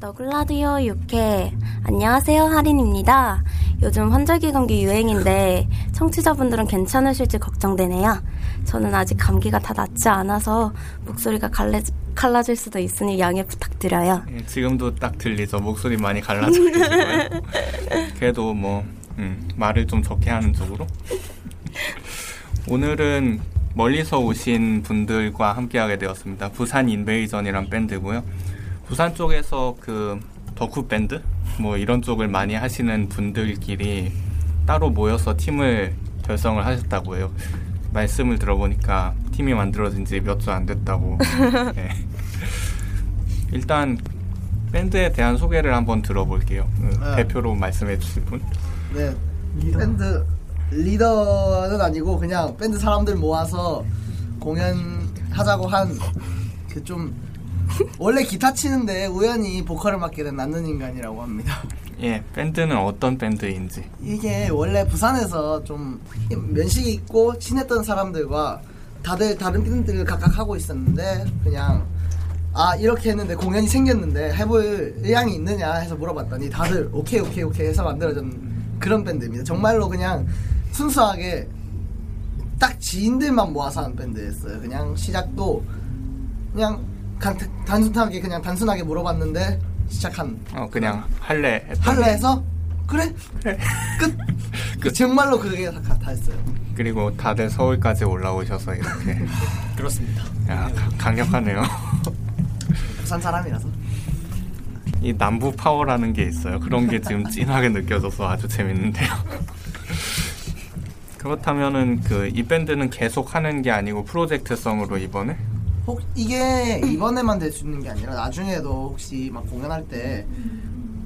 너글라디오 6회 안녕하세요 하린입니다. 요즘 환절기 감기 유행인데 청취자분들은 괜찮으실지 걱정되네요. 저는 아직 감기가 다 낫지 않아서 목소리가 갈래, 갈라질 수도 있으니 양해 부탁드려요. 예, 지금도 딱 들리죠. 목소리 많이 갈라져 있고요. 그래도 뭐 음, 말을 좀 적게 하는 쪽으로. 오늘은 멀리서 오신 분들과 함께하게 되었습니다. 부산 인베이전이란 밴드고요. 부산 쪽에서 그 덕후 밴드 뭐 이런 쪽을 많이 하시는 분들끼리 따로 모여서 팀을 결성을 하셨다고 해요. 말씀을 들어보니까 팀이 만들어진 지 몇 주 안 됐다고. 네. 일단 밴드에 대한 소개를 한번 들어볼게요. 그 네. 대표로 말씀해 주실 분. 네 밴드 리더는 아니고 그냥 밴드 사람들 모아서 공연하자고 한 그 좀 원래 기타 치는데 우연히 보컬을 맡게 된 낫는 인간이라고 합니다. 예, 밴드는 어떤 밴드인지. 이게 원래 부산에서 좀 면식이 있고 친했던 사람들과 다들 다른 밴드를 각각 하고 있었는데 그냥 아 이렇게 했는데 공연이 생겼는데 해볼 의향이 있느냐 해서 물어봤더니 다들 오케이 오케이 오케이 해서 만들어진 그런 밴드입니다. 정말로 그냥 순수하게 딱 지인들만 모아서 한 밴드였어요. 그냥 시작도 그냥 간, 단순하게 그냥 단순하게 물어봤는데 시작한 어, 그냥 네. 할래. 했더니 할라 해서 그래 끝. 끝. 정말로 그게 다, 다 했어요. 그리고 다들 서울까지 올라오셔서 이렇게. 그렇습니다. 야, 가- 강력하네요. 부산 사람이라서 이 남부 파워라는 게 있어요. 그런 게 지금 진하게 느껴져서 아주 재밌는데요. 그렇다면은 그 이 밴드는 계속 하는 게 아니고 프로젝트성으로 이번에 혹 이게 이번에만 될 수 있는 게 아니라 나중에도 혹시 막 공연할 때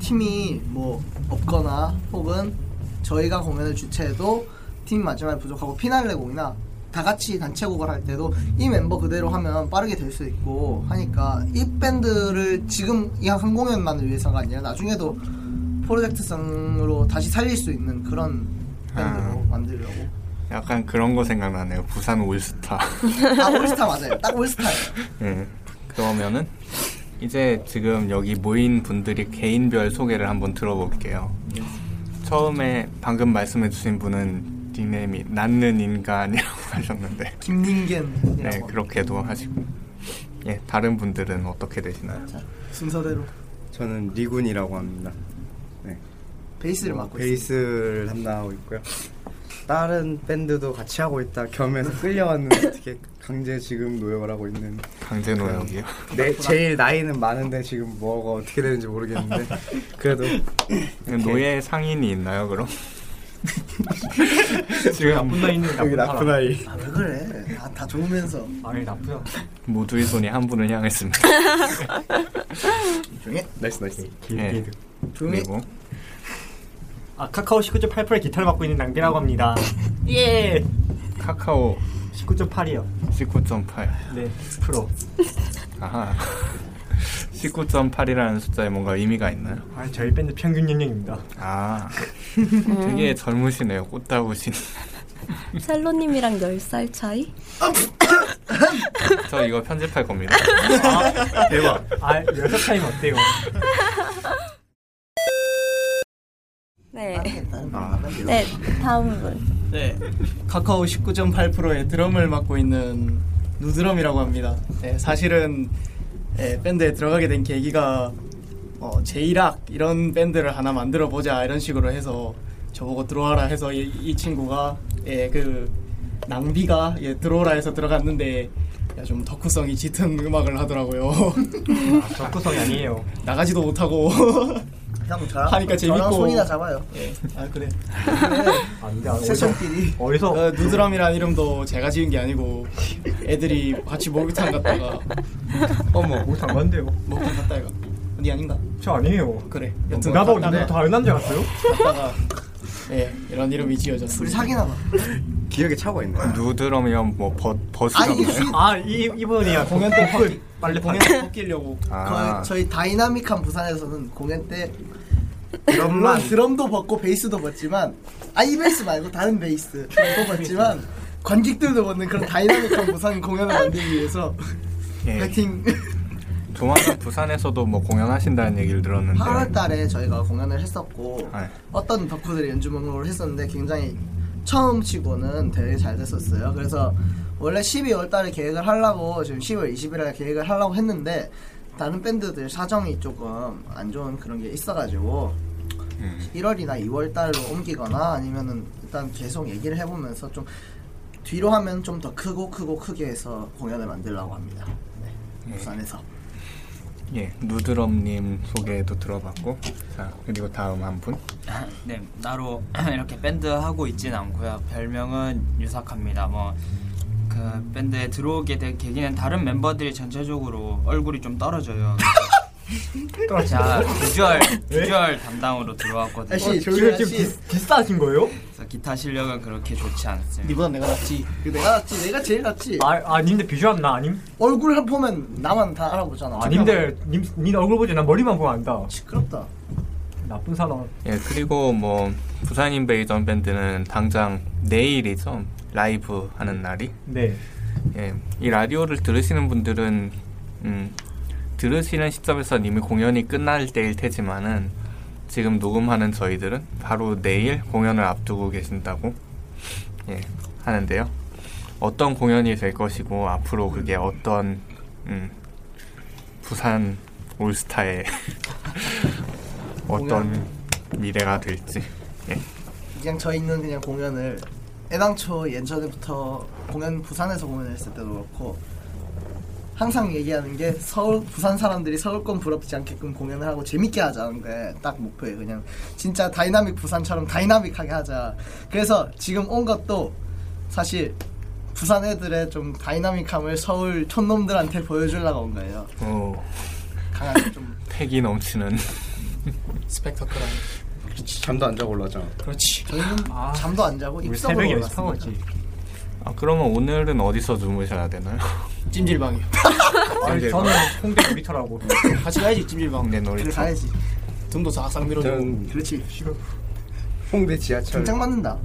팀이 뭐 없거나 혹은 저희가 공연을 주최해도 팀 마지막에 부족하고 피날레 공이나 다 같이 단체 곡을 할 때도 이 멤버 그대로 하면 빠르게 될 수 있고 하니까 이 밴드를 지금 이 한 공연만을 위해서가 아니라 나중에도 프로젝트성으로 다시 살릴 수 있는 그런 밴드로 아. 만들려고 약간 그런 거 생각나네요. 부산 올스타. 아 올스타 맞아요 딱 올스타예요 예. 그러면은 이제 지금 여기 모인 분들이 개인별 소개를 한번 들어볼게요. 처음에 방금 말씀해주신 분은 닉네임이 낫는 인간이라고 하셨는데 김민겐 네, 그렇게도 하시고. 예, 다른 분들은 어떻게 되시나요? 순서대로 저는 리군이라고 합니다. 네. 뭐, 베이스를 맡고 있습니다. 베이스를 담당하고 있고요. 다른 밴드도 같이 하고 있다 겸해서 끌려왔는데 어떻게 강제 지금 노역을 하고 있는 강제 노역이요. 내 제일 나이는 많은데 지금 뭐가 어떻게 되는지 모르겠는데 그래도 노예 상인이 있나요, 그럼? 지금 여기 나쁜 아이 아왜 그래? 다, 다 좋으면서 모두의 손이 한 분을 향했습니다. 조용히 해. 나이스 나이스 예, 조용히 해. 그리고 아 카카오 19.8%의 기타를 맡고 있는 낭비라고 합니다. 예. 카카오 19.8이요. 19.8. 네. 프로. 아하. 19.8이라는 숫자에 뭔가 의미가 있나요? 아 저희 밴드 평균 연령입니다. 아, 되게 젊으시네요. 꽃다우신. 셀로님이랑 10살 차이? 저 이거 편집할 겁니다. 대박. 아 여섯 차임 어때요? 네. 아, 네, 다음 분. 네, 카카오 19.8%의 드럼을 맡고 있는 네, 누드럼이라고 합니다. 네, 사실은 예, 밴드에 들어가게 된 계기가 어, 제이락 이런 밴드를 하나 만들어 보자 이런 식으로 해서 저보고 들어와라 해서 이, 이 친구가 예, 그 낭비가 예, 들어오라 해서 들어갔는데 야, 좀 덕후성이 짙은 음악을 하더라고요. 아, 적구성이 아니에요. 나가지도 못하고 형 저랑 하니까 저랑 재밌고. 손이나 잡아요. 예, 아 그래. 아, 근데 아, 어디서, 세션끼리 어디서 어, 누드람이라는 이름도 제가 지은 게 아니고 애들이 같이 목욕탕 갔다가 어머 못한 건데요. 목욕탕 갔다 이가 아니 아닌가? 저 아니에요. 그래. 여튼 나보고 갔다가- 나보다 더 연한 줄 알았어요? 갔다가 예 이런 이름이 지어졌습니다. 우리 사귀나 봐. 기억에 차고 있네. 누드럼이면 뭐 버, 아 이게 버스던가요? 수- 아, 이, 이분이야. 공연 때 벗기, 빨리 공연 때 벗기려고 아, 거의 저희 다이나믹한 부산에서는 공연 때 물론 드럼도 벗고 베이스도 벗지만 아이 베이스 말고 다른 베이스도 벗지만 관객들도 벗는 그런 다이나믹한 부산 공연을 만들기 위해서 네. 예. 배팅 조만간 부산에서도 뭐 공연하신다는 얘기를 들었는데 8월달에 저희가 공연을 했었고 네. 어떤 덕후들이 연주 목록을 했었는데 굉장히 처음 치고는 되게 잘 됐었어요. 그래서 원래 12월 달에 계획을 하려고 지금 10월 20일에 계획을 하려고 했는데 다른 밴드들 사정이 조금 안 좋은 그런 게 있어가지고 1월이나 2월 달로 옮기거나 아니면은 일단 계속 얘기를 해보면서 좀 뒤로 하면 좀 더 크고 크고 크게 해서 공연을 만들려고 합니다. 네. 부산에서. 예, 누드럼님 소개도 들어봤고 자 그리고 다음 한 분 네, 나로 이렇게 밴드 하고 있진 않고요. 별명은 유사카입니다. 뭐 그 밴드에 들어오게 된 계기는 다른 멤버들이 전체적으로 얼굴이 좀 떨어져요. 제가 비주얼 비주얼 담당으로 들어왔거든요. 아씨, 이걸 지금 조용히 디- 디스하신 거예요? 그래서 기타 실력은 그렇게 좋지 않습니다. 니보다 내가 낫지. 내가 낫지, 내가 제일 낫지. 아, 아 님들 비주얼 나 아님? 얼굴 한 보면 나만 다 알아보잖아. 아, 님들 님, 님 얼굴 보지 난 머리만 보고 안다. 시끄럽다. 나쁜 사람. 예, 그리고 뭐 부산 인베이전 밴드는 당장 내일이죠 라이브 하는 날이 네. 예, 이 라디오를 들으시는 분들은 음, 들으시는 시점에서 이미 공연이 끝날 때일 테지만은 지금 녹음하는 저희들은 바로 내일 공연을 앞두고 계신다고 예, 하는데요. 어떤 공연이 될 것이고 앞으로 그게 어떤 음, 부산 올스타의 어떤 미래가 될지 예, 그냥 저 있는 그냥 공연을 애당초 예전부터 공연 부산에서 공연을 했을 때도 그렇고 항상 얘기하는 게 서울 부산 사람들이 서울권 부럽지 않게끔 공연을 하고 재밌게 하자는 게 딱 목표예요. 그냥 진짜 다이나믹 부산처럼 다이나믹하게 하자. 그래서 지금 온 것도 사실 부산 애들의 좀 다이나믹함을 서울 촌놈들한테 보여주려고 온 거예요. 오, 어. 강하게 좀 패기 넘치는 스펙터클한. 잠도 안 자고 올라왔잖아. 그렇지. 아. 저희는 잠도 안 자고 우리 입석으로 새벽에 연습한 올랐습니다. 거지. 아, 그러면 오늘은 어디서 주무셔야 되나요? 찜질방이요. 아니, 저는 홍대 놀이터라고. 같이 가야지 찜질방. 네, 그래 놀이터 가야지. 등도 사상 밀어주고. 저는 그렇지. 홍대 지하철 등짝 맞는다.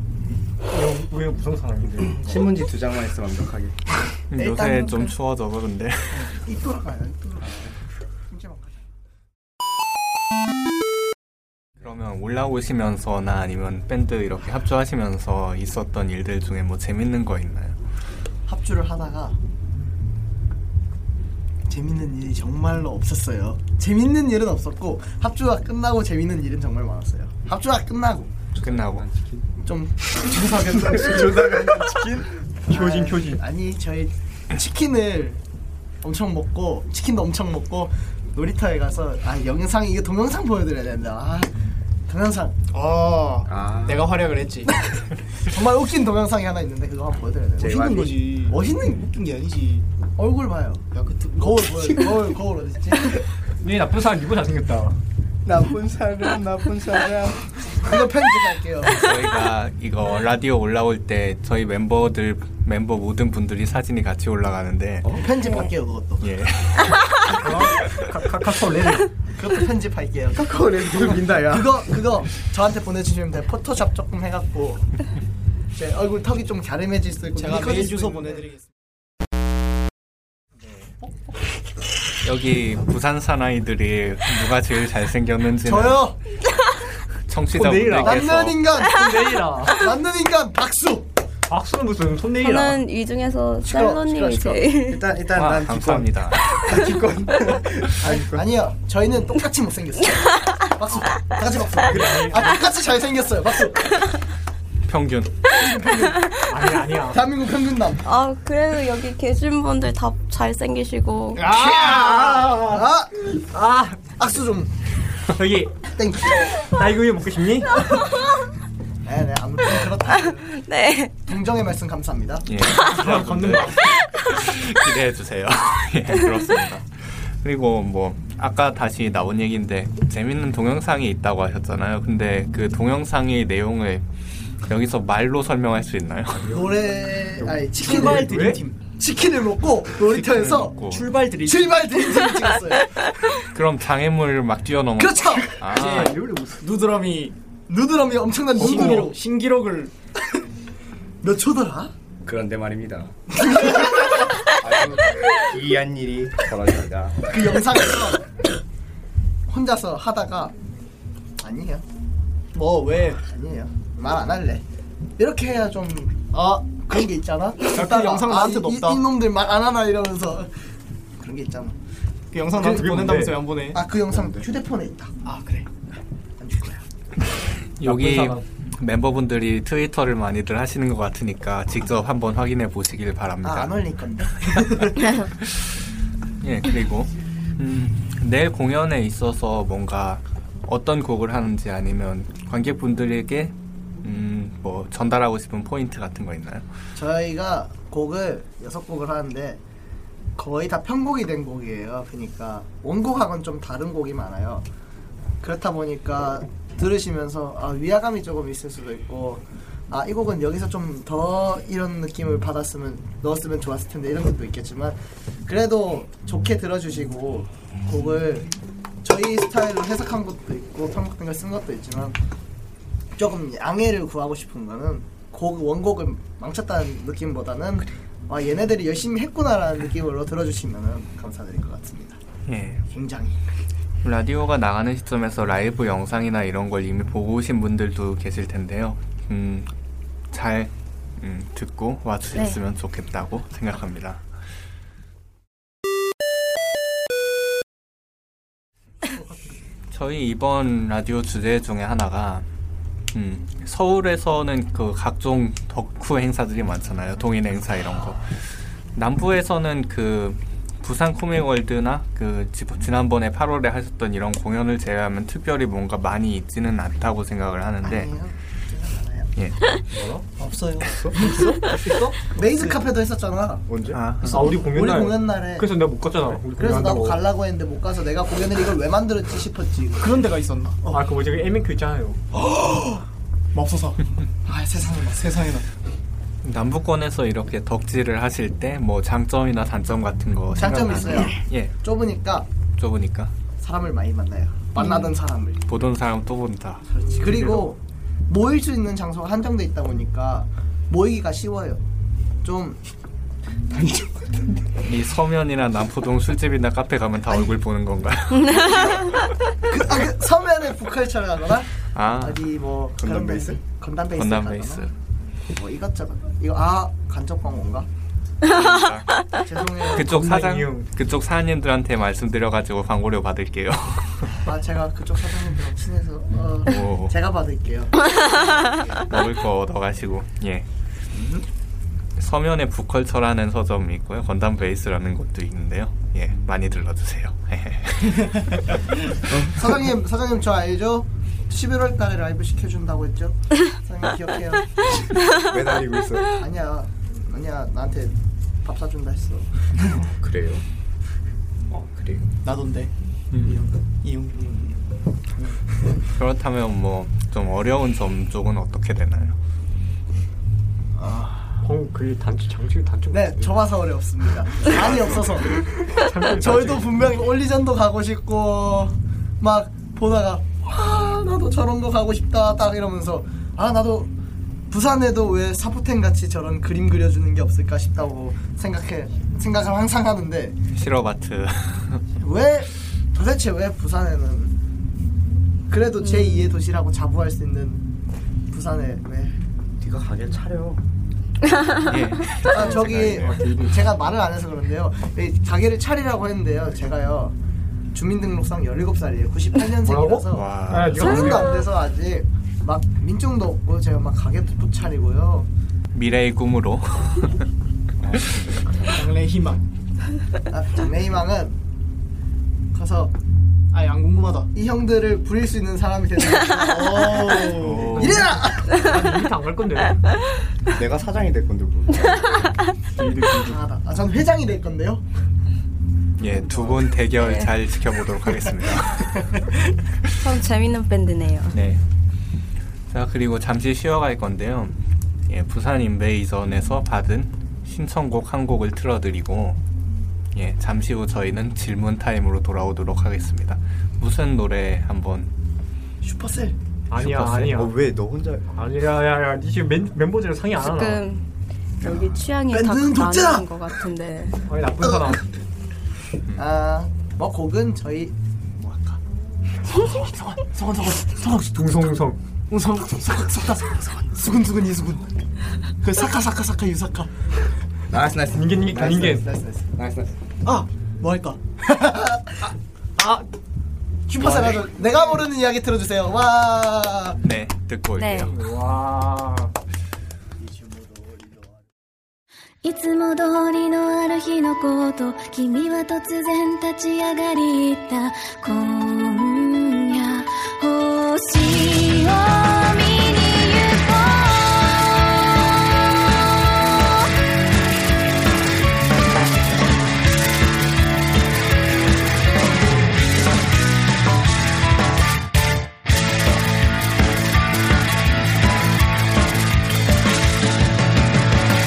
왜, 왜 무서운 사람인데? 신문지 두 장만 있으면 완벽하게. 음, 요새 일단은 좀 그- 추워져 그런데 입 돌아가요. 입 돌아가. 진짜 막. 그러면 올라오시면서나 아니면 밴드 이렇게 합주하시면서 있었던 일들 중에 뭐 재밌는 거 있나요? 합주를 하다가 재밌는 일이 정말로 없었어요. 재밌는 일은 없었고 합주가 끝나고 재밌는 일은 정말 많았어요. 합주가 끝나고 끝나고 좀 조사견당 조사견 효진, 효진. 아니 저희 치킨을 엄청 먹고 치킨도 엄청 먹고 놀이터에 가서 아 영상 이거 동영상 보여드려야 된다. 아 동영상 아, 아. 내가 활약을 했지. 정말 웃긴 동영상이 하나 있는데 그거 한번 보여드려야 돼요. 멋있는 거지. 멋있는 웃긴 게 아니지. 얼굴 봐요. 야, 그 등- 거울 보여. 거울 거울 어디 있지? 네, 나쁜 사람 이거 잘생겼다. 나쁜 사람 나쁜 사람. 이거 편집할게요. 저희가 이거 라디오 올라올 때 저희 멤버들 멤버 모든 분들이 사진이 같이 올라가는데 어? 편집할게요 그것도. 예 카- 카- 카카오 레드. 그것도 편집할게요. 그거 내 눈을 민다야. 그거 그거 저한테 보내주시면 돼요. 포토샵 조금 해갖고 제 얼굴 턱이 좀 갸름해질 수도 있고 제가 미커질 메일 수도 주소 있는데. 보내드리겠습니다. 여기 부산 사나이들이 누가 제일 잘생겼는지는 저요 청취자분들께서 남는 인간 손내이라. 남는 인간 박수. 박수는 무슨 손내이라. 저는 이 중에서 시끄러워, 셀로님이 시끄러워, 제일 일단 일단 아, 와, 난 기본 아, 감사합니다 아니, 아니요. 저희는 똑같이 못생겼어요. 박수. 다 같이 박수. 아, 똑같이 잘생겼어요. 박수. 평균. 아니 아니야. 대한민국 평균남. 아 그래도 여기 계신 분들 다 잘생기시고 아, 아, 악수 좀. 저기 땡큐. 나 이거 먹고 싶니? 네, 네, 아무튼 그렇다. 네 동정의 말씀 감사합니다. 예. 아, 여러분들 기대해 주세요. 예, 그렇습니다. 그리고 뭐 아까 다시 나온 얘기인데 재밌는 동영상이 있다고 하셨잖아요. 근데 그 동영상의 내용을 여기서 말로 설명할 수 있나요? 예. 노래, 아니 출발 치킨을 드림팀. 치킨을 먹고 놀이터에서 먹고. 출발 드림. 출발 드림팀 찍었어요. 그럼 장애물 막 뛰어넘어. 그렇죠. 아, 누드럼이 누드럼이 엄청난 신기록 어. 누드로 신기록을 몇 초더라? 그런데 말입니다. 아주 기이한 일이 벌어집니다. 그 영상에서 혼자서 하다가 아니에요, 뭐 왜? 아니에요, 말 안 할래. 이렇게 해야 좀 아, 그런 게 있잖아. 그 영상 나한테 이, 없다. 이, 이놈들 말 안 하나 이러면서 그런 게 있잖아. 그 영상 나한테 그게 보낸다면서 뭔데? 안 보내? 아, 그 영상 휴대폰에 있다. 아 그래. 안 줄 거야. 여기 나쁜 멤버분들이 트위터를 많이들 하시는 것 같으니까 직접 한번 확인해 보시길 바랍니다. 아, 안 올릴 건데. 예, 그리고 음, 내일 공연에 있어서 뭔가 어떤 곡을 하는지 아니면 관객분들에게 음, 뭐 전달하고 싶은 포인트 같은 거 있나요? 저희가 곡을 여섯 곡을 하는데 거의 다 편곡이 된 곡이에요. 그러니까 원곡하고는 좀 다른 곡이 많아요. 그렇다 보니까 들으시면서 아, 위화감이 조금 있을 수도 있고 아 이 곡은 여기서 좀 더 이런 느낌을 받았으면 넣었으면 좋았을 텐데 이런 것도 있겠지만 그래도 좋게 들어주시고 곡을 저희 스타일로 해석한 것도 있고 편곡된 걸 쓴 것도 있지만 조금 양해를 구하고 싶은 거는 곡 원곡을 망쳤다는 느낌보다는 아 얘네들이 열심히 했구나라는 느낌으로 들어주시면 감사드릴 것 같습니다. 예, 굉장히 라디오가 나가는 시점에서 라이브 영상이나 이런 걸 이미 보고 오신 분들도 계실 텐데요. 음, 잘 음, 듣고 와주셨으면 좋겠다고 생각합니다. 저희 이번 라디오 주제 중에 하나가 음, 서울에서는 그 각종 덕후 행사들이 많잖아요. 동인 행사 이런 거. 남부에서는 그 부산 코믹월드나 그 지- 지난번에 8월에 하셨던 이런 공연을 제외하면 특별히 뭔가 많이 있지는 않다고 생각을 하는데 아니에요. 진짜 많아요. 네. 예. 없어요. 없어? 있어? 메이즈 카페도 했었잖아. 언제? 아, 아 네. 우리 공연 우리 날. 공연 날에 그래서 내가 못 갔잖아. 우리 그래서 공연 나도 한다고. 가려고 했는데 못 가서 내가 공연을 이걸 왜 만들었지 싶었지. 그런 데가 있었나? 아, 그 뭐지? 그 M&Q 있잖아요. 맙소사. 아 세상에나 세상에나. 남부권에서 이렇게 덕질을 하실 때 뭐 장점이나 단점 같은 거 장점이 생각나는- 있어요. 예, 좁으니까 좁으니까 사람을 많이 만나요. 음. 만나던 사람을. 보던 사람 또 본다. 그렇지. 그리고 모일 수 있는 장소가 한정돼 있다 보니까 모이기가 쉬워요. 좀 이 서면이나 남포동 술집이나 카페 가면 다 얼굴 보는 건가요? 그, 아, 그 서면에 북칼처를 가거나 아, 어디 뭐 건담 그런 데- 베이스? 건담 베이스 건담 가거나 베이스. 뭐 이것저것 이거 아 간접광고인가? 죄송해요. 그쪽 사장, 건담이요. 그쪽 사장님들한테 말씀드려가지고 광고료 받을게요. 아 제가 그쪽 사장님들하고 친해서 어, 오. 제가 받을게요. 먹을 거 얻어가시고 예 서면에 북컬처라는 서점이 있고요 건담 베이스라는 곳도 있는데요 예 많이 들러주세요 사장님 사장님 저 알죠? 11월달에 라이브 시켜준다고 했죠? 사장님 기억해요. 매달리고 있어. 아니야 아니야 나한테 밥 사준다 했어. 그래요. 어 그래요. 나돈데. 이용. 이용. 그렇다면 뭐 좀 어려운 점 쪽은 어떻게 되나요? 어, 그 단추 장치 단추. 네, 좁아서 어렵습니다. 많이 없어서. 저희도 분명히 올리전도 가고 싶고, 막 보다가, 와, 나도 저런 거 가고 싶다, 딱 이러면서, 아, 나도 부산에도 왜 사포텐 같이 저런 그림 그려주는 게 없을까 싶다고 생각해, 생각을 항상 하는데, 실업아트 왜, 도대체 왜 부산에는, 그래도 제2의 도시라고 자부할 수 있는 부산에 왜, 네가 가게 차려. 예. 아, 네. 저기 제가 말을 안 해서 그런데요. 이 가게를 차리라고 했는데요. 제가요. 주민등록상 17살이에요. 98년생이라서 와. 아, 네가 성인도 안 뭐야? 돼서 아직 막 민증도 없고 제가 막 가게도 못 차리고요. 미래의 꿈으로 장래 희망. 아, 장래희망은 가서 아, 안 궁금하다. 이 형들을 부릴 수 있는 사람이 되는 거예요. 오. 이래라! 이렇게 안갈 건데. 내가 사장이 될 건데 뭐. 강하다. 아, 전 회장이 될 건데요. 예, 두 분 대결 잘 지켜보도록 하겠습니다. 참 재밌는 밴드네요. 네. 자, 그리고 잠시 쉬어갈 건데요. 예, 부산 인베이전에서 받은 신청곡 한 곡을 틀어드리고, 예, 잠시 후 저희는 질문 타임으로 돌아오도록 하겠습니다. 무슨 노래 한번 슈퍼셀. 아니야 슈퍼셀. 아니야. 어, 왜너 혼자? 아니야 야야 니 지금 멤, 멤버들 상의 안 하나. 지금 여기 취향이 다 밴드는 독재다! 나뉘는 것 같은데. 아니 나쁜 사람. 아, 뭐 곡은 저희 뭐 할까? 성원, 성원, 성원, 성원, 동성성. 성원, 성원, 성원, 성원, 성원, 수근, 수근, 이수근. 그 사카, 사카, 사카, 유사카. 나이스 나이스 인게 인게 나이스, 인게. 나이스 나이스 나이스 나이스. 아, 뭐 할까? 아, 슈퍼셀 하죠. 뭐 내가 모르는 이야기 들어주세요. 와. 네 듣고 네. 올게요. 와. いつも通りのある日のこと君は突然立ち上がり言った今夜星を見に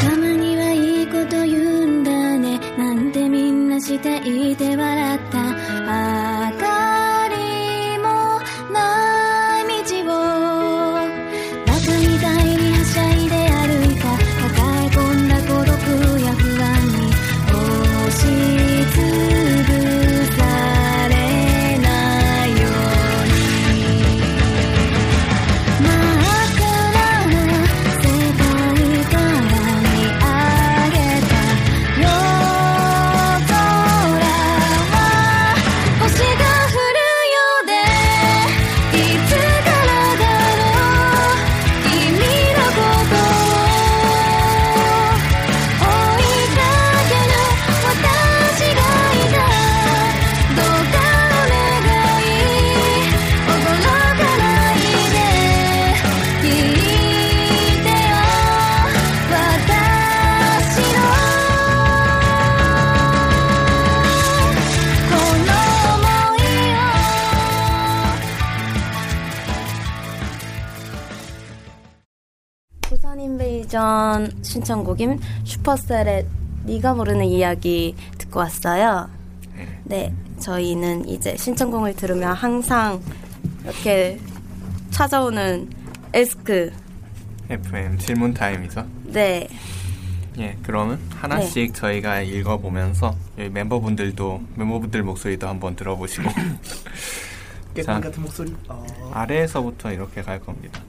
たまにはいいこと言うんだねなんてみんなしていて笑った明かりもない道をバカみたいにはしゃいで歩いた抱え込んだ孤独や不安に押しつぶされないように真っ暗な世界から見上げた星を見に行こう夜空は星が降るようでいつからだろう君のことを追いかける私がいたどうかお願い「驚かないで聞いてよ」「私のこの想いを」 부산 인베이전 신청곡인 슈퍼셀의 네가 모르는 이야기 듣고 왔어요. 네, 저희는 이제 신청곡을 들으면 항상 이렇게 찾아오는 에스크. FM 질문 타임이죠. 네, 예, 그러면 하나씩 저희가 읽어보면서 여기 멤버분들도 멤버분들 목소리도 한번 들어보시고 깨끗 자. 같은 목소리. 어. 아래에서부터 이렇게 갈 겁니다.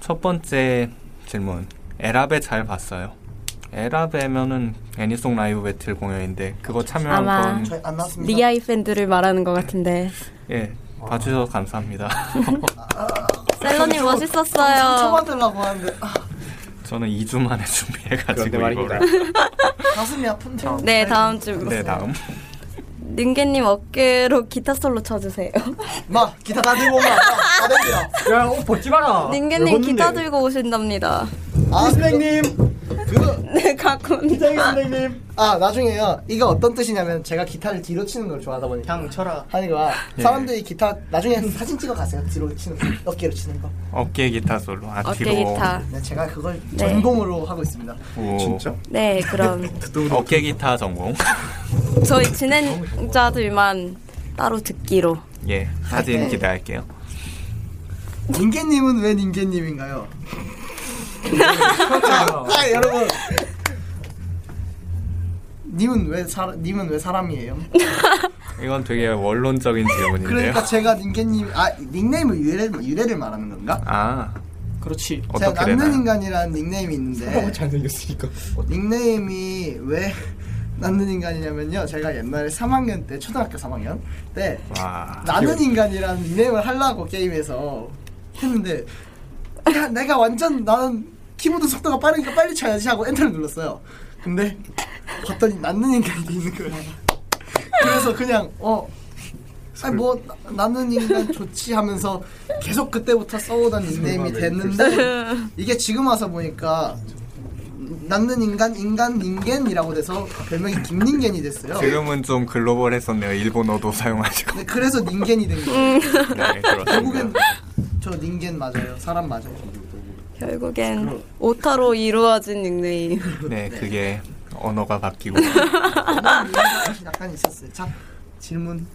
첫 번째 질문. 에라베 잘 봤어요. 에라베면은 애니송 라이브 배틀 공연인데 그거 참여한 아마 건 저희 안 나왔습니다. 리아이 팬들을 말하는 것 같은데. 예, 봐주셔서 감사합니다. 셀러님 멋있었어요. 쳐받으려고 하는데 아, 저는 2주 만에 준비해가지고 그런데 말입니다. 이거를. 가슴이 아픈데. 네, 다음 주. 네, 다음. 능계님 어깨로 기타 솔로 쳐주세요. 마 기타 다 들고 온거 다 댕겨. 야 어, 벗지 마라. 아, 능계님 기타 들 들고 오신답니다. 아 선생님. 그 네, 갖고 온 선생님. 아 나중에요. 이거 어떤 뜻이냐면 제가 기타를 뒤로 치는 걸 좋아하다 보니까. 향 쳐라. 하니까 사람들이 기타 나중에 사진 찍어 가세요. 뒤로 치는 거, 어깨로 치는 거. 어깨 기타 솔로. 아, 어깨 뒤로. 기타. 네, 제가 그걸 네. 전공으로 하고 있습니다. 오. 진짜? 네, 그럼 어깨 기타 전공. 저희 진행자들만 따로 듣기로. 예, 네. 사진 기대할게요. 닌게님은 왜 닌게님인가요? 자, 자, 여러분. 님은 왜 사람 님은 왜 사람이에요? 이건 되게 원론적인 질문인데요. 그러니까 제가 닌게님 아 닉네임을 유래를 유래를 말하는 건가? 아, 그렇지. 제가 남는 인간이라는 닉네임이 있는데 잘생겼으니까. 닉네임이 왜 남는 인간이냐면요 제가 옛날에 3학년 때 초등학교 3학년 때 와. 나는 인간이라는 닉네임을 하려고 게임에서 했는데 야, 내가 완전 나는 키보드 속도가 빠르니까 빨리 쳐야지 하고 엔터를 눌렀어요. 근데 봤더니 낫는 인간이 있는 거야. 그래서 그냥 어 아니 뭐 나- 나는 인간 좋지 하면서 계속 그때부터 써오던 닉네임이 됐는데 이게 지금 와서 보니까 낫는 인간 인간 닌겐이라고 돼서 별명이 김닌겐이 됐어요. 지금은 좀 글로벌했었네요. 일본어도 사용하시고. 네, 그래서 닌겐이 된 거예요. 네, 그렇습니다. 저 닌겐 맞아요. 사람 맞아요. 결국엔 오타로 이루어진 닉네임. 네, 그게 언어가 바뀌고. 약간 있었어요. 자 질문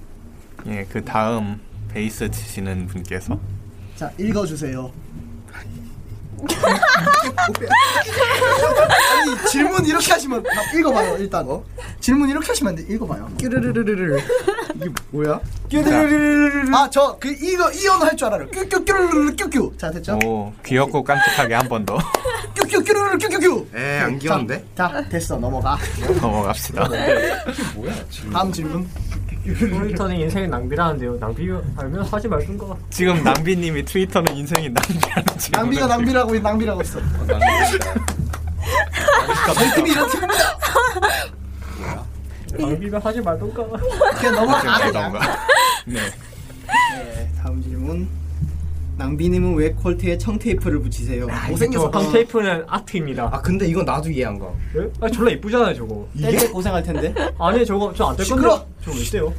예, 그 다음 베이스 치시는 분께서 자 읽어주세요. 아니 질문 이렇게 하시면 다 읽어봐요 일단 어? 질문 이렇게 하시면 안 돼 읽어봐요 끼르르르르르 이게 뭐야? 끼르르르르르 아저 그 이거 이언 할 줄 알아요 큐큐큐르르르 큐큐 자 됐죠? 오, 귀엽고 깜찍하게 한 번 더 큐큐큐르르 큐큐큐 에안 귀여운데? 자 됐어 넘어가 넘어갑시다. 뭐야? 다음 질문. 모니터는 인생의 낭비라는데요. 낭비 알면 하지 말던 거. 지금 남비님이 트위터는 인생이 낭비라는 질문을 낭비가 낭비라고 낭비라고 있어 그러니까 느낌이 이렇게 낭비면 하지 말던가. 그냥 넘어가 네. 다음 질문. 낭비님은 왜 콜트에 청테이프를 붙이세요? 아, 저뭐 밤테이프는 아트입니다. 아 근데 이건 나도 이해 안 가. 예? 아 졸라 이쁘잖아요 저거. 네? 뗄때 고생할 텐데. 아니 저거 저 안 될 건데. 시끄러! 저거 왜 떼요?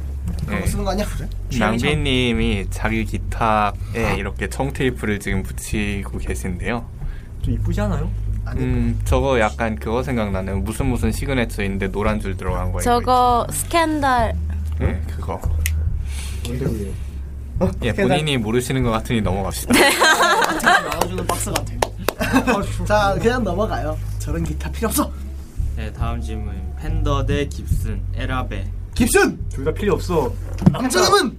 네. 쓰는 거 아니야? 남비님이 자기 아. 기타에 이렇게 청테이프를 지금 붙이고 계신데요. 좀 이쁘지 않아요? 음, 저거 약간 그거 생각나네요. 무슨 무슨 시그네처 있는데 노란 줄 들어간 거. 이거 저거 스캔들 있- 네, 그거. 뭔데 그게? 예, 본인이 모르시는 것 같으니 넘어갑시다. 네. 나와주는 박스 같아요 자 그냥 넘어가요 저런 기타 필요 없어 네 다음 질문 팬더 대 깁슨 에라베 깁슨 둘 다 필요 없어 남자는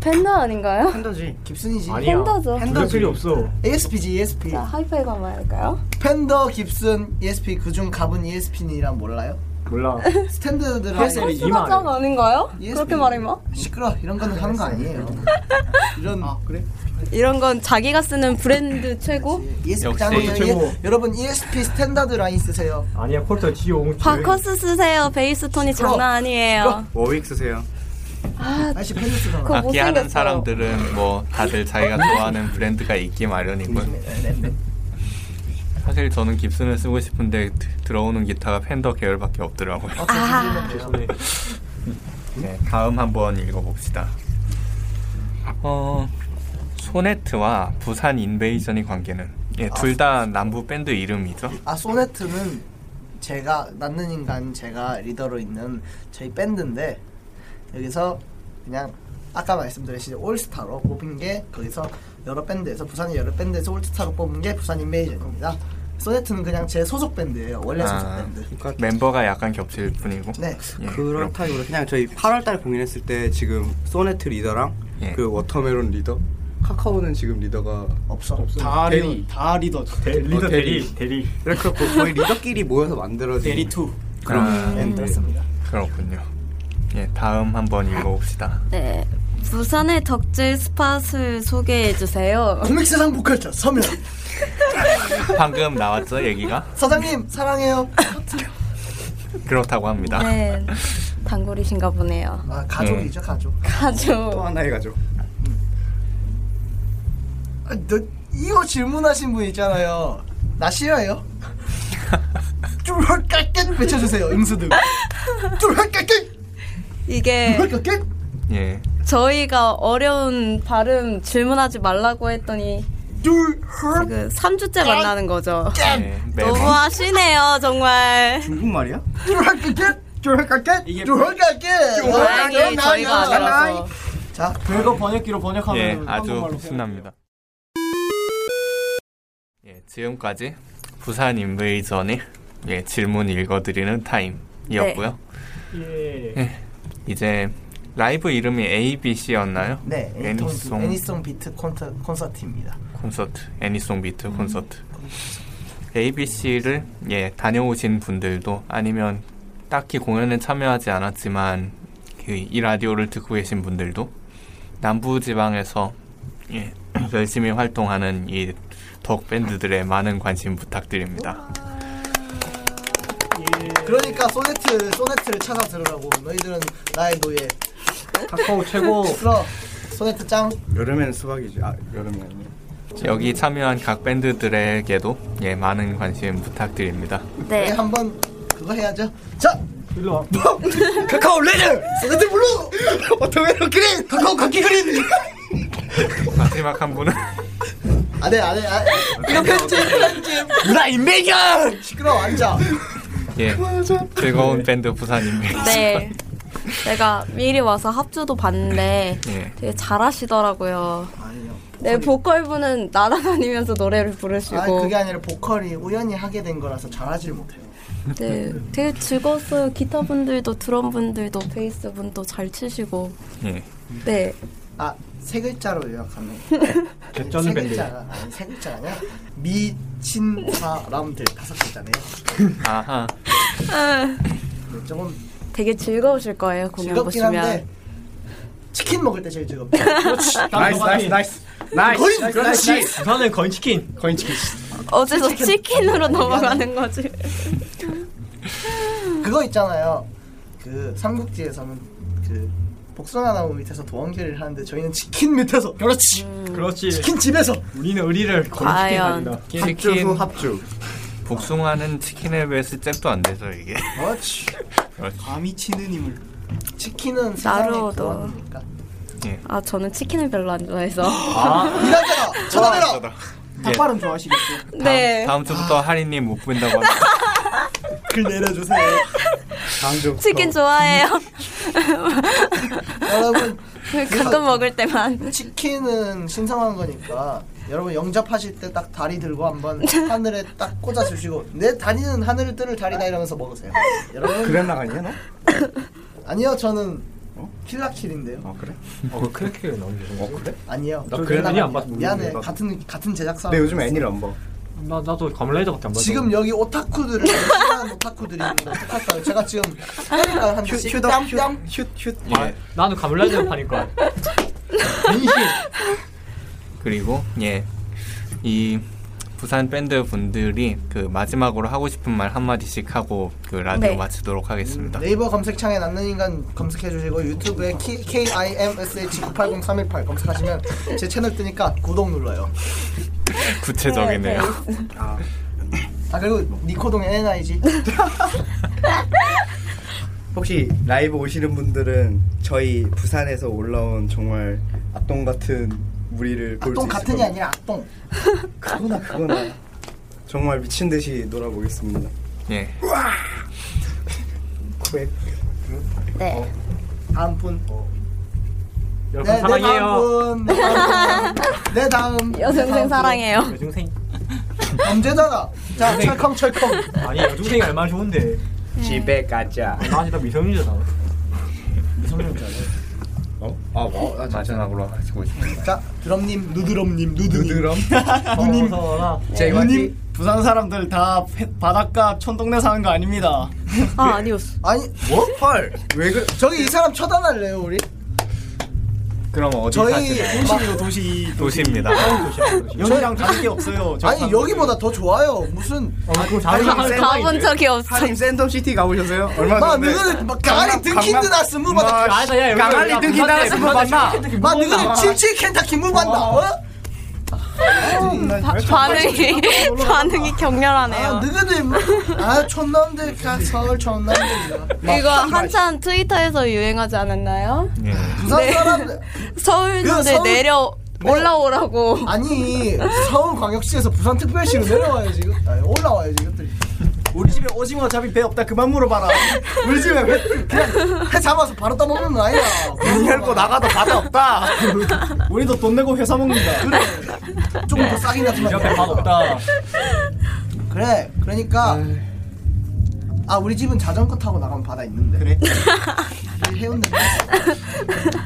팬더 아닌가요? 팬더지. 깁슨이지 아니야. 팬더죠. 둘다 필요 없어 ESP지 ESP 자, 하이파이 가봐야 할까요? 팬더 깁슨 ESP 그중 갑은 ESP니란 몰라요? 몰라 스탠드들은 헐스가짱 아닌가요? 그렇게 뭐? 말하면? 시끄러 이런 거는 하는 거 아니에요 이런 아, 그래? 이런 건 자기가 쓰는 브랜드 최고? ESP 역시 짱이에요 최고. 예, 여러분 ESP 스탠다드 라인 쓰세요 아니야 콜터 지용 바커스 쓰세요. 베이스 톤이 시끄러워. 장난 아니에요. 워윅 쓰세요. 아, 아저씨 팬더 쓰잖아 그거 악기하는 못생겼어요. 사람들은 뭐 다들 자기가 좋아하는 브랜드가 있기 네, 마련이군. 사실 저는 깁슨을 쓰고 싶은데 드- 들어오는 기타가 팬더 계열밖에 없더라고요. 어? 아, 네, 다음 한번 읽어봅시다. 어, 소네트와 부산 인베이전의 관계는 예, 둘 다 남부 밴드 이름이죠. 아 소네트는 제가 낳는 인간 제가 리더로 있는 저희 밴드인데 여기서 그냥 아까 말씀드렸듯이 올스타로 뽑은 게 거기서 여러 밴드에서 부산의 여러 밴드에서 올스타로 뽑은 게 부산 인베이전입니다. 소네트는 그냥 제 소속 밴드예요. 원래 소속 아, 밴드. 멤버가 약간 겹칠 뿐이고. 예, 네. 그렇다기보다 그냥 저희 8월달 공연했을 때 지금 소네트 리더랑 그리고 워터멜론 리더 카카오는 지금 리더가 없어 없어 다 대리, 다 리더. 대- 리더 대리. 대리. 이렇게 갖고 거의 리더끼리 모여서 만들어진 대리 투. 음. 그럼 아. 음. 그렇습니다. 그렇군요. 예, 다음 한번 읽어봅시다. 네. 부산의 덕질 스팟을 소개해 주세요. 아, 코믹세상 보컬자 서면 방금 나왔죠 얘기가? 사장님 사랑해요. 그렇다고 합니다. 네. 단골이신가 보네요. 아, 가족이죠 가족. 가족. 또 하나의 가족. 아, 너 이거 질문하신 분 있잖아요. 나 싫어요. 쫄깍깍 외쳐주세요 음수들. 쫄깍깍 이게 쫄깍깍 예. 저희가 어려운 발음 질문하지 말라고 했더니 지금 그 3주째 만나는 거죠. 네, 매번. 너무하시네요, 정말. 중국말이야? 쫄깍깍 쫄깍깍 이게 쫄깍깍 아, 모양이 저희가 알아서. 자 별거 번역기로 번역하면 예, 아주 한국말로 신납니다. 예, 지금까지 부산 인베이전의 네. 예, 질문 읽어드리는 타임이었고요. 예. 예, 이제 라이브 이름이 ABC였나요? 네, 애니송 애니송, 애니송 비트 콘트, 콘서트입니다. 콘서트 애니송 비트 콘서트 ABC를 예 다녀오신 분들도 아니면 딱히 공연에 참여하지 않았지만 그 이 라디오를 듣고 계신 분들도 남부 지방에서 예, 열심히 활동하는 이 덕 밴드들의 많은 관심 부탁드립니다. 그러니까 소네트 소네트를 찾아 들으라고 너희들은 나의 노예. 카카오 최고. 들어 소네트 짱. 여름엔 수박이지. 아 여름이 아니야. 여기 참여한 각 밴드들에게도 예 많은 관심 부탁드립니다. 네. 한번 그거 해야죠. 자 일로 와. 카카오 레드 소네트 블루. 오토메로 그린 카카오 각기 그린. 마지막 한 분은 안해 안해 안. 이거 편집 편집. 라인 매견. 시끄러 네. 워 앉아. 예 즐거운 밴드 부산입니다. 네. 제가 미리 와서 합주도 봤는데 예. 되게 잘하시더라고요. 네, 보컬분은 날아다니면서 노래를 부르시고. 아 그게 아니라 보컬이 우연히 하게 된 거라서 잘하질 못해요. 네, 되게 즐거웠어요. 기타 분들도 드럼 분들도 베이스 분도 잘 치시고. 예. 네. 아세 글자로 요약하면 개쩌는 세 밴드. 글자가 아니 세 글자 아니야 미친 사람들 다섯 글자네요. 아하. 조금 되게 즐거우실 거예요 공연 즐겁긴 보시면. 한데 치킨 먹을 때 제일 즐겁다. 그렇지. 나이스, 나이스, 나이스. 나이스, 거의 나이스, 그렇지. 나이스. 저는 거인 치킨. 거인 치킨. 어제서 치킨으로 넘어가는 거지. 그거 있잖아요. 그 삼국지에서는 그 복숭아 나무 밑에서 도원결을 하는데 저희는 치킨 밑에서 그렇지. 음. 그렇지. 치킨 집에서 우리는 의리를 거인 치킨 과연. 아니다. 치킨. 합주 후 네. 합주. 복숭아는 치킨에 비해 잽도 안 되죠 이게. 그렇지. 그렇지. 감히 치는 힘을. 치킨은 나루오도. 예. 아 저는 치킨을 별로 안 좋아해서. 이 남자다 쳐다내라. 닭발은 좋아하시겠죠. 네. 다음 주부터 할인님 못 본다고 하니까 글 내려주세요. 다음 어, 주부터 치킨 좋아해요. 여러분 가끔 먹을 때만 치킨은 신성한 거니까 여러분 영접하실 때 딱 다리 들고 한번 하늘에 딱 꽂아 주시고 내 다리는 하늘을 뜨는 다리다 이러면서 먹으세요. 여러분 그랬나 아니야 너? 아니요 저는 어? 킬라킬인데요. 어 그래? 어 그렇게 나오는데. 어 그래? 아니요. 나 저 그 애니 그랬나 안 봐요. 봤어. 미안해. 안 봤어. 같은 같은 제작사. 내 요즘 애니를 안 봐. 나 나도 가물라이더 같아 안 맞아. 지금 여기 오타쿠들을 신한 오타쿠들이 있는데 똑같아요. 제가 지금 때릴까요? 한 휴- 씩 휴덕, 땀땀 슛슛 예. 나는 가물라이더 파니까. 그리고 예. 예이 부산 밴드 분들이 그 마지막으로 하고 싶은 말 한마디씩 하고 그 라디오 네. 마치도록 하겠습니다. 네이버 검색창에 낫는 인간 검색해 주시고 유튜브에 K, KIMSH 980318 검색하시면 제 채널 뜨니까 구독 눌러요. 음. 구체적이네요. 아, 그리고 니코동 NNIG 혹시 라이브 오시는 분들은 저희 부산에서 올라온 정말 악동 같은 무리를 볼 수 악동 있을 같은 게 겁니다. 아니라 악동. 그거나 그거나 정말 미친 듯이 놀아보겠습니다. 예. 고백. 네. 다음 분. 네, 네, 여러분 어, 사랑해요. 내 네, 다음 분. 내 다음. 여중생 사랑해요. 여중생. 언제다가. 자 철컹 철컹. 아니 여중생이 얼마나 좋은데. 네. 집에 가자. 나 아직 나 미성년자다. 미성년자. 어? 아, 어, 뭐, 마지막으로 하시고 싶습니다. 자 드럼님 누드럼님 누드님. 누드럼. 누님. 제이님 부산 사람들 다 해- 바닷가 촌동네 사는 거 아닙니다. 아 아니었어. 아니 뭐? 헐. 왜 그? 저기 이 사람 처단할래요 우리? 그럼 어디 저희 사시나요? 도시예요, 도시 도시입니다. 연희랑 다를 게 없어요. 저 아니 사람. 여기보다 더 좋아요. 무슨? 어, 가본 적이 없어. 하림 샌덤 시티 가보셨어요? 얼마 마 전에. 너희들 막 가리 등킨드 나스 무바다. 아, 강아리 등키 나스 무바다. 마 아, 너희들 칠칠 켄타키 무반다. 어? 바- 반응이 반응이 격렬하네요. 너희들 뭐- 아 촌놈들 가 서울 촌놈들이야. 이거 한참 트위터에서 유행하지 않았나요? 부산 사람들 서울대 그 서울- 네. 내려 올라오라고. 아니 서울광역시에서 부산특별시로 내려와요 지금. 아니, 올라와요 지금. 우리 집에 오징어 잡이 배 없다 그만 물어봐라. 우리 집에 왜- 그냥 해 잡아서 바로 떠먹는 거 아니야. 문 열고 나가도 바다 없다. 우리도 돈 내고 회사 먹는다. 그래. 조금 더 싸긴 하지만. 옆에 밥 없다. 그래 그러니까 아 우리 집은 자전거 타고 나가면 바다 있는데 그래 해운대.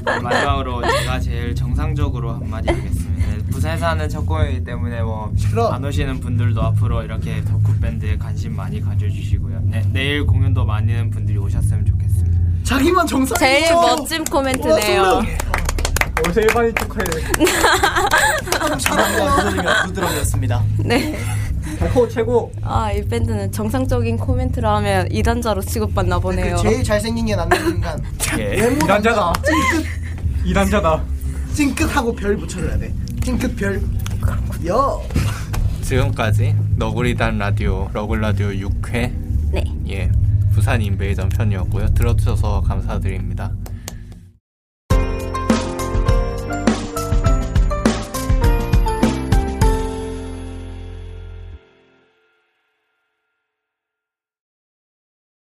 네, 마지막으로 제가 제일 정상적으로 한마디 하겠습니다. 네, 부산에서 하는 첫 공연이기 때문에 뭐 안 오시는 분들도 앞으로 이렇게 덕후 밴드에 관심 많이 가져주시고요. 네, 내일 공연도 많은 분들이 오셨으면 좋겠습니다. 자기만 정상이죠. 제일 멋진 코멘트네요. 아, 와, 선배님. 어제 일반인 축하해. 감사합니다. 부드러웠습니다. 네. 달코 어, 최고. 아, 이 밴드는 정상적인 코멘트를 하면 이단자로 취급받나 보네요. 그 제일 잘생긴 게 남는 인간. 예. 외모 이단자다. 이단자다. 찡끗하고 별 붙여줘야 돼. 찡끗 별. 여. 지금까지 너구리단 라디오 러글라디오 6회 네. 예 부산 인베이전 편이었고요 들어주셔서 감사드립니다